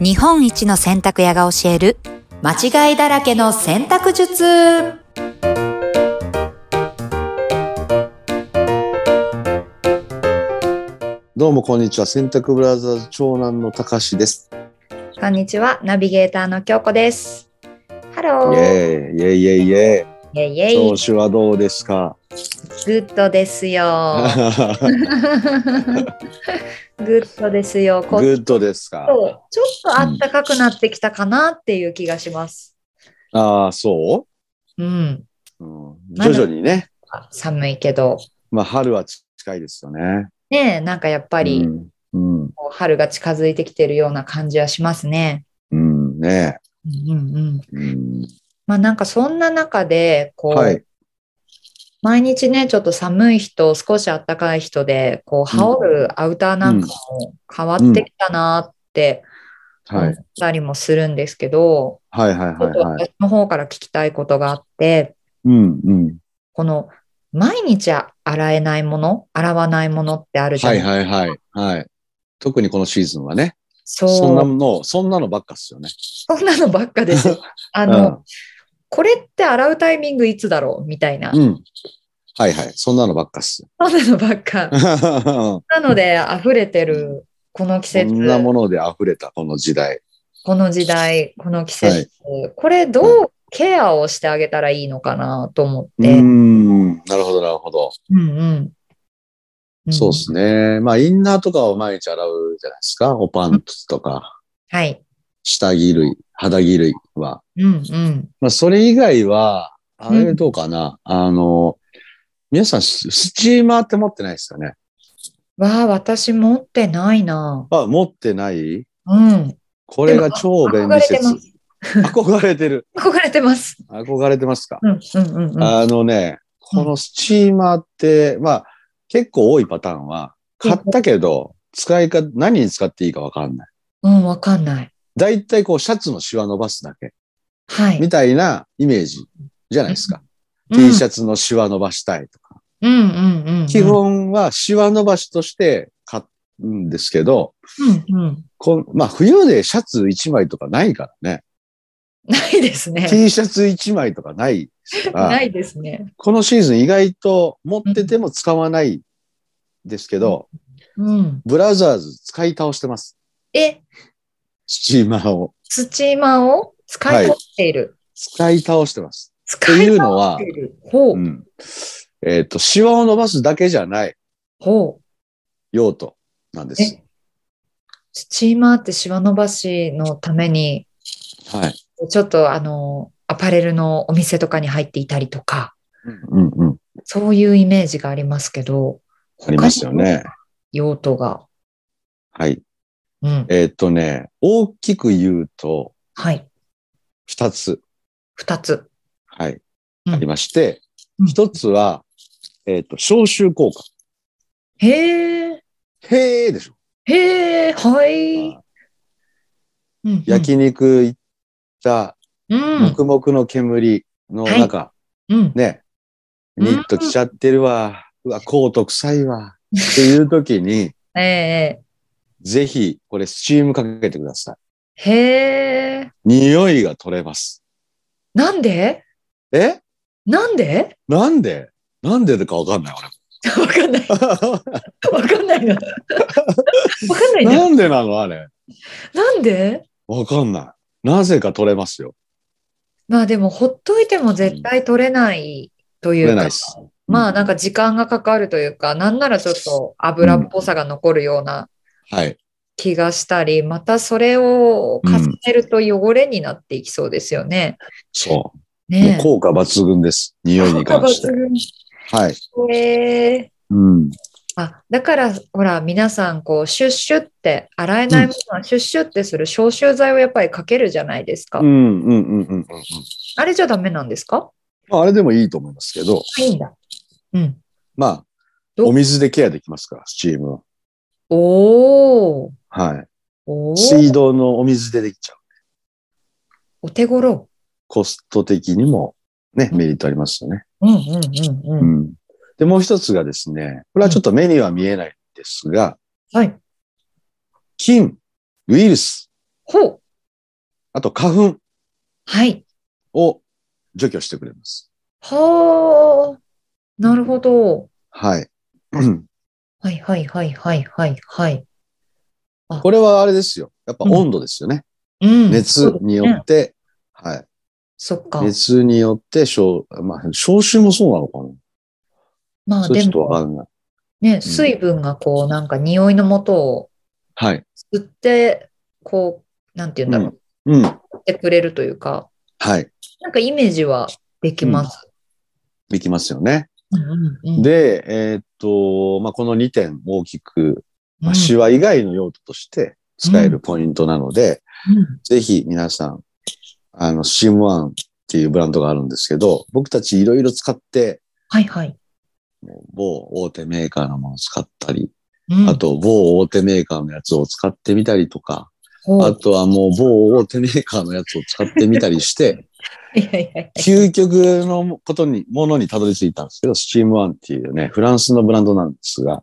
日本一の洗濯屋が教える間違いだらけの洗濯術どうもこんにちは。洗濯ブラザーズ長男のたかしです。こんにちはナビゲーターの京子ですハイローェーイ、イェイイェイイイェェイイェイ。イ調子はどうですかグッドです よグッドですよグこっちッドですかとちょっとあったかくなってきたかなっていう気がしますああ、そうんう、うんまだ徐々にね。寒いけどまあ、春は近いですよね。やっねえなんかやっぱり、うん。うん。こう春が近づいてきてるような感じはしますねうん、ねうんうんうんえ、うん。まあなんかそんな中でこう、はい。毎日ねちょっと寒い日と少し暖かい人でこう羽織るアウターなんかも変わってきたなって思はっい。たりもするんですけど、はいはいはいちょっとはい。私の方から聞きたいことがあってうんうん。この毎日洗えないもの洗わないものってあるじゃはないいですか。はいはい。はい。特にこのシーズンはね。そうそんなその、そんなのばっかっすよね。んなのばっかです よ。あの、うんこれって洗うタイミングいつだろうみたいな、うん。はいはい。そんなのばっかっす。 そんなのばっか。なので溢れてるこの季そ節。んなもので溢れたこの時代。この時代、この季節、これどうケアをしてあげたらいいのかなと思っうて。ーん、なるほど、なるほど。うんうんうんそうですね。まあ、インナーとかを毎日洗うじゃないですか。おパンツとか、はい。下着類、肌着類は。うんうん。まあ、それ以外は、あうれんどうかな。あの、皆さん、ススチーマーって持ってないですよね。わあ、私持ってないな。あ、持ってないうん。これが超で便利も説。憧れてる。憧れてます。憧れてますか。うんうんうんうん。あのね、このスチーマーって、まあ、結構多いパターンは、買ったけど、使い方、何に使っていいかわかんない。うん、わかんない。だいたいこう、シャツのシワ伸ばすだけ、はい。みたいなイメージじゃないですか。T シャツのシワ伸ばしたいとか。うんうんうんうん。基本はシワ伸ばしとして買うんですけど、うんうん。こんまあ、冬でシャツ1枚とかないからね。ないですね。 T シャツ1枚とかな いですからないですね。このシーズン意外と持ってても使わないですけど、うん。ブラザーズ使い倒してます。え、スチーマーを。スチーマーを使い取っている。使い倒してます。使っていいう取のっはている。ほうう。ん。えっ、と、シワを伸ばすだけじゃないほう。用途なんです。えスチーマーってシワ伸ばしのために、はい。ちょっとあの、アパレルのお店とかに入っていたりとか、うんうん。そういうイメージがありますけど、ありますよね。用途が。はい。うん。えっ、とね、大きく言うと、はい。二つ、二つ。はい、うんありましてうん、一、つは、えっ、と、消臭効果。へえ、へーでしょ。へえ、はい。うん焼肉行った、うん、黙々の煙の中、うん。ね、うんニット着ちゃってるわ、うわ、コート臭いわ、っていう時に、 ええ、ぜひ、これ、スチームかけてください。へえ。匂いが取れます。なんでえなんで なんでなんでかわかんない、わかんない。 俺。わかんない な。わか んないな。なんでなの、あれ。なんでわかんない。なぜか取れますよ。まあでもほっといても絶対取れないとい取うれか、ないです。まあうんなんか時間がかかるというか、なんならちょっと油っぽさが残るようなはい。気がしたり、またそれを重ねると汚れになっていきそうですよね。そう。もねう効果抜群です。匂いに関して。はい。え。へえうん。あだからほら皆さんこうシュッシュって洗えないものはシュッシュってする消臭剤をやっぱりかけるじゃないですか。うん、うん、うん、うん。あれじゃダメなんですかまああれでもいいと思いますけど、いいんだ。うん。まあ、どお水でケアできますから、スチームは。おーはおーい。水道のお水でできちゃう。お手頃。コスト的にも、ね、メリットありますよね。うんうんうんううん。ん。で、もう一つがですね、これはちょっと目には見えないんですが、はい。菌、ウイルス、ほう。あと花粉はい。を除去してくれます。はあ。なるほど。はい。 うんはいはいはいはいはいはい。これはあれですよ。やっぱ温度ですよね。うん。熱によって、はい。そっか。熱によって消、まあ、消臭もそうなのかまなあそれでちょっともわかんない。ね、水分がこうなんか匂いの元をはい。吸って、こう、なんて言うんだろう。うん。は吸ってくれるというか、い。なんかイメージはできます。できますよね。うんうんうん、で、えーっと、まあ、この2点大きく、うまあ、んシワ以外の用途として使えるポイントなので、うんぜひ皆さん、あの、シームワンっていうブランドがあるんですけど、僕たちいろいろ使って、はいはい。某大手メーカーのものを使ったり、うんあ、と某大手メーカーのやつを使ってみたりとか、ほうあとはもう某大手メーカーのやつを使ってみたり して、はいはいはいはい究極のことに、ものにたどり着いたんですけど、スチームワンっていうね、フランスのブランドなんですが、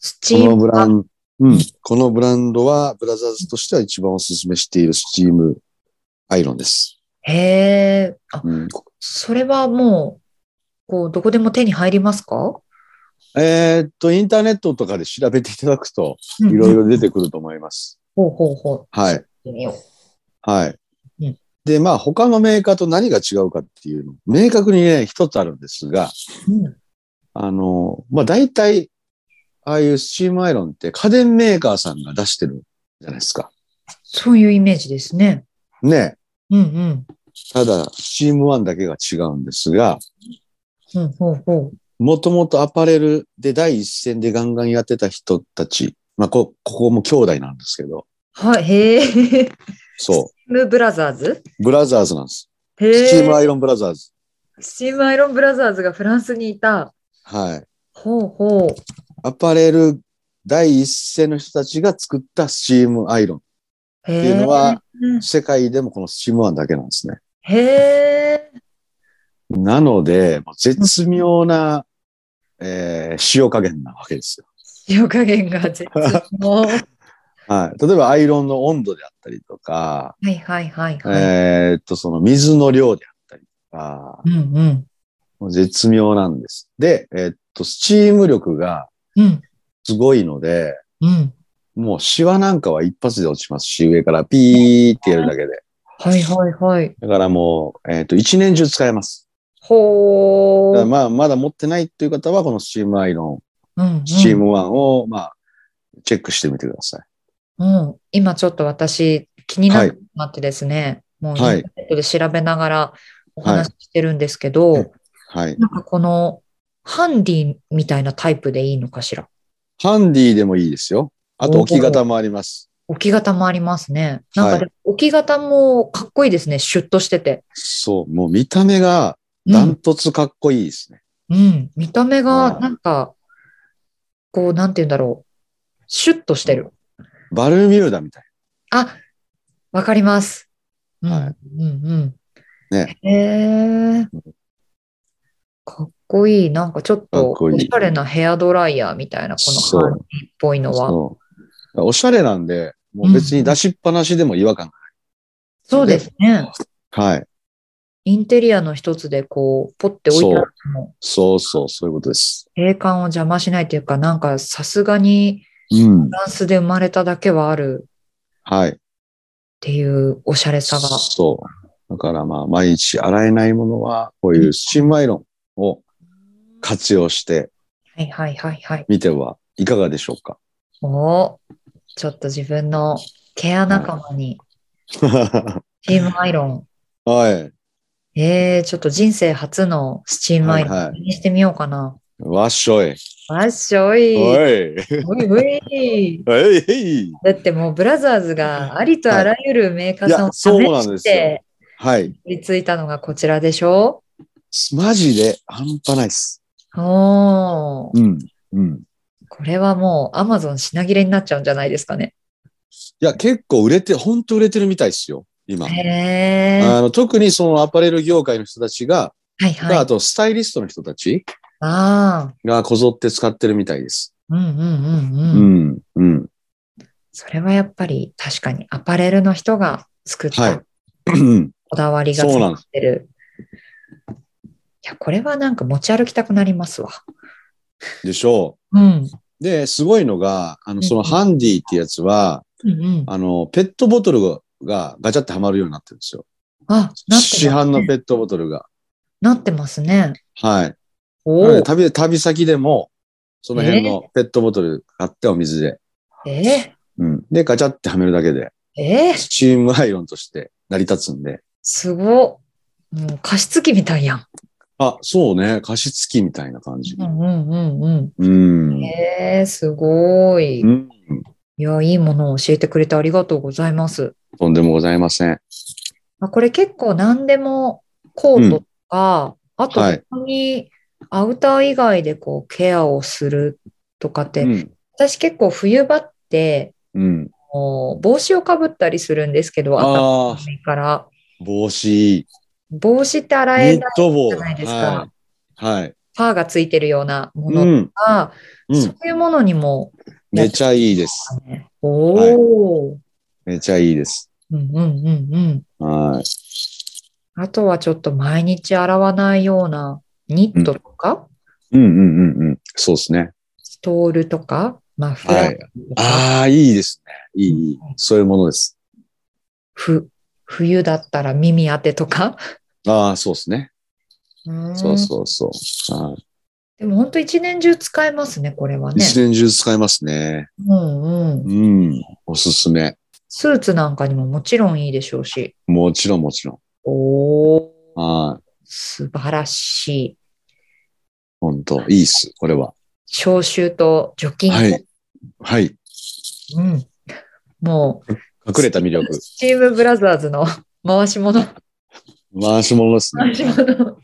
スチこーのムブラは、ン、うん、このブランドは、ブラザーズとしては一番お勧めしているスチームアイロンです。へえ、あ、うん、それはもう、こう、どこでも手に入りますかえーっと、インターネットとかで調べていただくと、いろいろ。ろ出てくると思います。ほうほうほう。はい。見よう。はいうん。で、まあ、他のメーカーと何が違うかっていうの、明確にね、一つあるんですが、うんあの、まあ、大体、ああいうスチームアイロンって家電メーカーさんが出してるじゃないですか。そういうイメージですね。ね。うんうん。ただ、スチームワンだけが違うんですが、ほうほうほもともとアパレルで第一線でガンガンやってた人たち、まあ、こ、ここも兄弟なんですけど、う。はい、へえ。そムブラザーズう、ブラザーズなんです。へスチームアえ。イロンブラザーズ。スチームアイロンブラザーズがフランスにいた。はい。ほうほう。アパレル第一線の人たちが作ったスチームアイロンっへえ。ていうのは、世界でもこのスチームワンだけなんですね。へえ。なので、もう絶妙な、えー、使用加減なわけですよ。塩加減が絶妙。 ははい。例えばアイロンの温度であったりとか、いはいはいはい。えーっと、その水の量であったりとか、うんうん。もう絶妙なんです。で、えーっと、スチーム力がうんすごいので、うん。もうシワなんかは一発で落ちますし、上からピーってやるだけで。はいはいはい。だからもう、えーっと、一年中使えます。ほだからう。まあ、まだ持ってないという方は、このスチームアイロうんうんン、スチームワンを、まあ、チェックしてみてくださうん、今ちょっと私気になってなってですね、もうインタはいーネットで調べながらお話ししてるんですけど、はいい。はい。なんかこのハンディみたいなタイプでいいのかしら。ハンディでもいいですよ。あと、置き方もあります。置き型もありますね。なんはかいでも置き型もかっこいいですね。シュッとしてて。そう、もう見た目がうダンん、トツかっこいいですね。うん、見た目うがんなんか、こうなんて言うんだろう。シュッとしてる。バルミューダみたい。あ、わかります。うん、はうん、うん。ね。へえ。かっこいい。なんかちょっかと、っこいいおしゃれなヘアドライヤーみたいな、こそうのハンディっぽいのは。そうおしゃれなんで、もう別に出しっぱなしでも違和感そうですね。がない。はい。インテリアの一つで、こう、ポッて置いてあるのも、そうそう、そういうことです。景観を邪魔しないというか、なんかさすがにうんフ。ランスで生まれただけはあるっはい。ていうおしゃれさが。そう。だからまあ、毎日洗えないものは、こういうスチームアイロンを活用してはいはいはいはい。みてはいかがでしょうか。 おーちょっと自分のケア仲間に、はチームアイロンい。ええちょっと人生初のスチームアイロンはいはいにしてみようかな。わっしょい。わっしょい。おおいい。おい。えいえい。だってもうブラザーズがありとあらゆるメーカーさんを試はいいやそうなんでしすよてはい。取り付いたのがこちらでしょマジで半端ないっす。おーうん。うん。これはもうアマゾン品切れになっちゃうんじゃないですかね。いや、結構売れて、本当売れてるみたいっすよ。今。へーあの特にそのアパレル業界の人たちが、はいはい。ああとスタイリストの人たちあー。がこぞって使ってるみたいです。うんうんうんううん。ん。うん。それはやっぱり確かにアパレルの人が作っはいた。こだわりがそう詰なんまでってる。いや、これはなんか持ち歩きたくなりますわ。 でしょうん。う。で、すごいのが、あの、そのうんハンディってやつは、うんうん。あの、ペットボトルががガチャってはまるようになってるんですよ。あ、なって市ま販のペットボトルが。なってますね。はい。おなのでお。旅、旅先でも、その辺のペットボトル買ってお水で。えうん。で、ガチャってはめるだけで、ー、えースチームアイロンとして成り立つんで。すごっ。もう加湿器みたいやん。あ、そうね。加湿器みたいな感じう。んうんうんうんうん。。えー、すごい。いうん。や、いいものを教えてくれてありがとうございます。とんでもございません。まあ、これ結構何でもコートとか、あとはい本当にアウター以外でこうケアをするとかって、うん。私結構冬場ってうん。もう帽子をかぶったりするんですけど、ああ、頭から。帽子、帽子って洗ニえッないト帽。じゃないですかはい。はい。パーがついてるようなもうのとん。か、うそん。ういうものにも、めちゃいいです。ね、おお、めちゃいいです。うんうんうんうん。はい。あとはちょっと毎日洗わないようなニットとか、うんうんうんうん。そうですね。ストールとか、マフラはーい。とか、ああ、いいですね。いいいい。そういうものです。ふ冬だったら耳当てとか。ああ、そうですね。そうそうそう。はいうん。でも本当一年中使えますね、これはね。一年中使えますね。うんうん。うん。おすすめ。スーツなんかにももちろんいいでしょうし。もちろんもちろおお、ん。はい。素晴らしい。本当いいっす。これは。消臭と除菌と。はい。はい。うん。もう、隠れた魅力。スチームブラザーズ の回し物。回し物ですね回。し 物。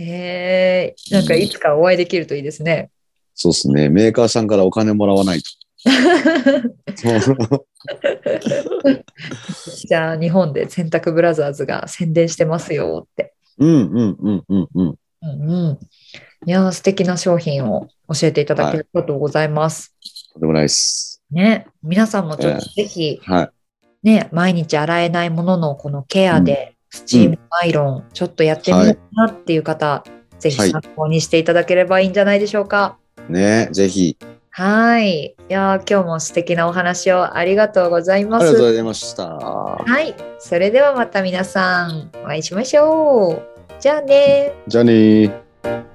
えー、なんかいつかお会いできるといいですね。そうですね。メーカーさんからお金もらわ ないと。じゃあ日本で洗濯ブラザーズが宣伝してますよって。うんうんうんうんうん。うんうん。いやー素敵な商品を教えていただきありがとうございます。とんでもないです。ね、皆さんもちょっとぜひ、はい。ね、毎日洗えないもののこのケアで、スチームアイロン、ちょっとやってみようかなっていう方、ぜひはい参考にしていただければいいんじゃないでしょうか。ねぜひ。はい。いやー今日も素敵なお話をありがとうございあまりがとうごす。ざいました。はい。それではまた皆さん、お会いしましょう。じゃあねー。じゃあねー。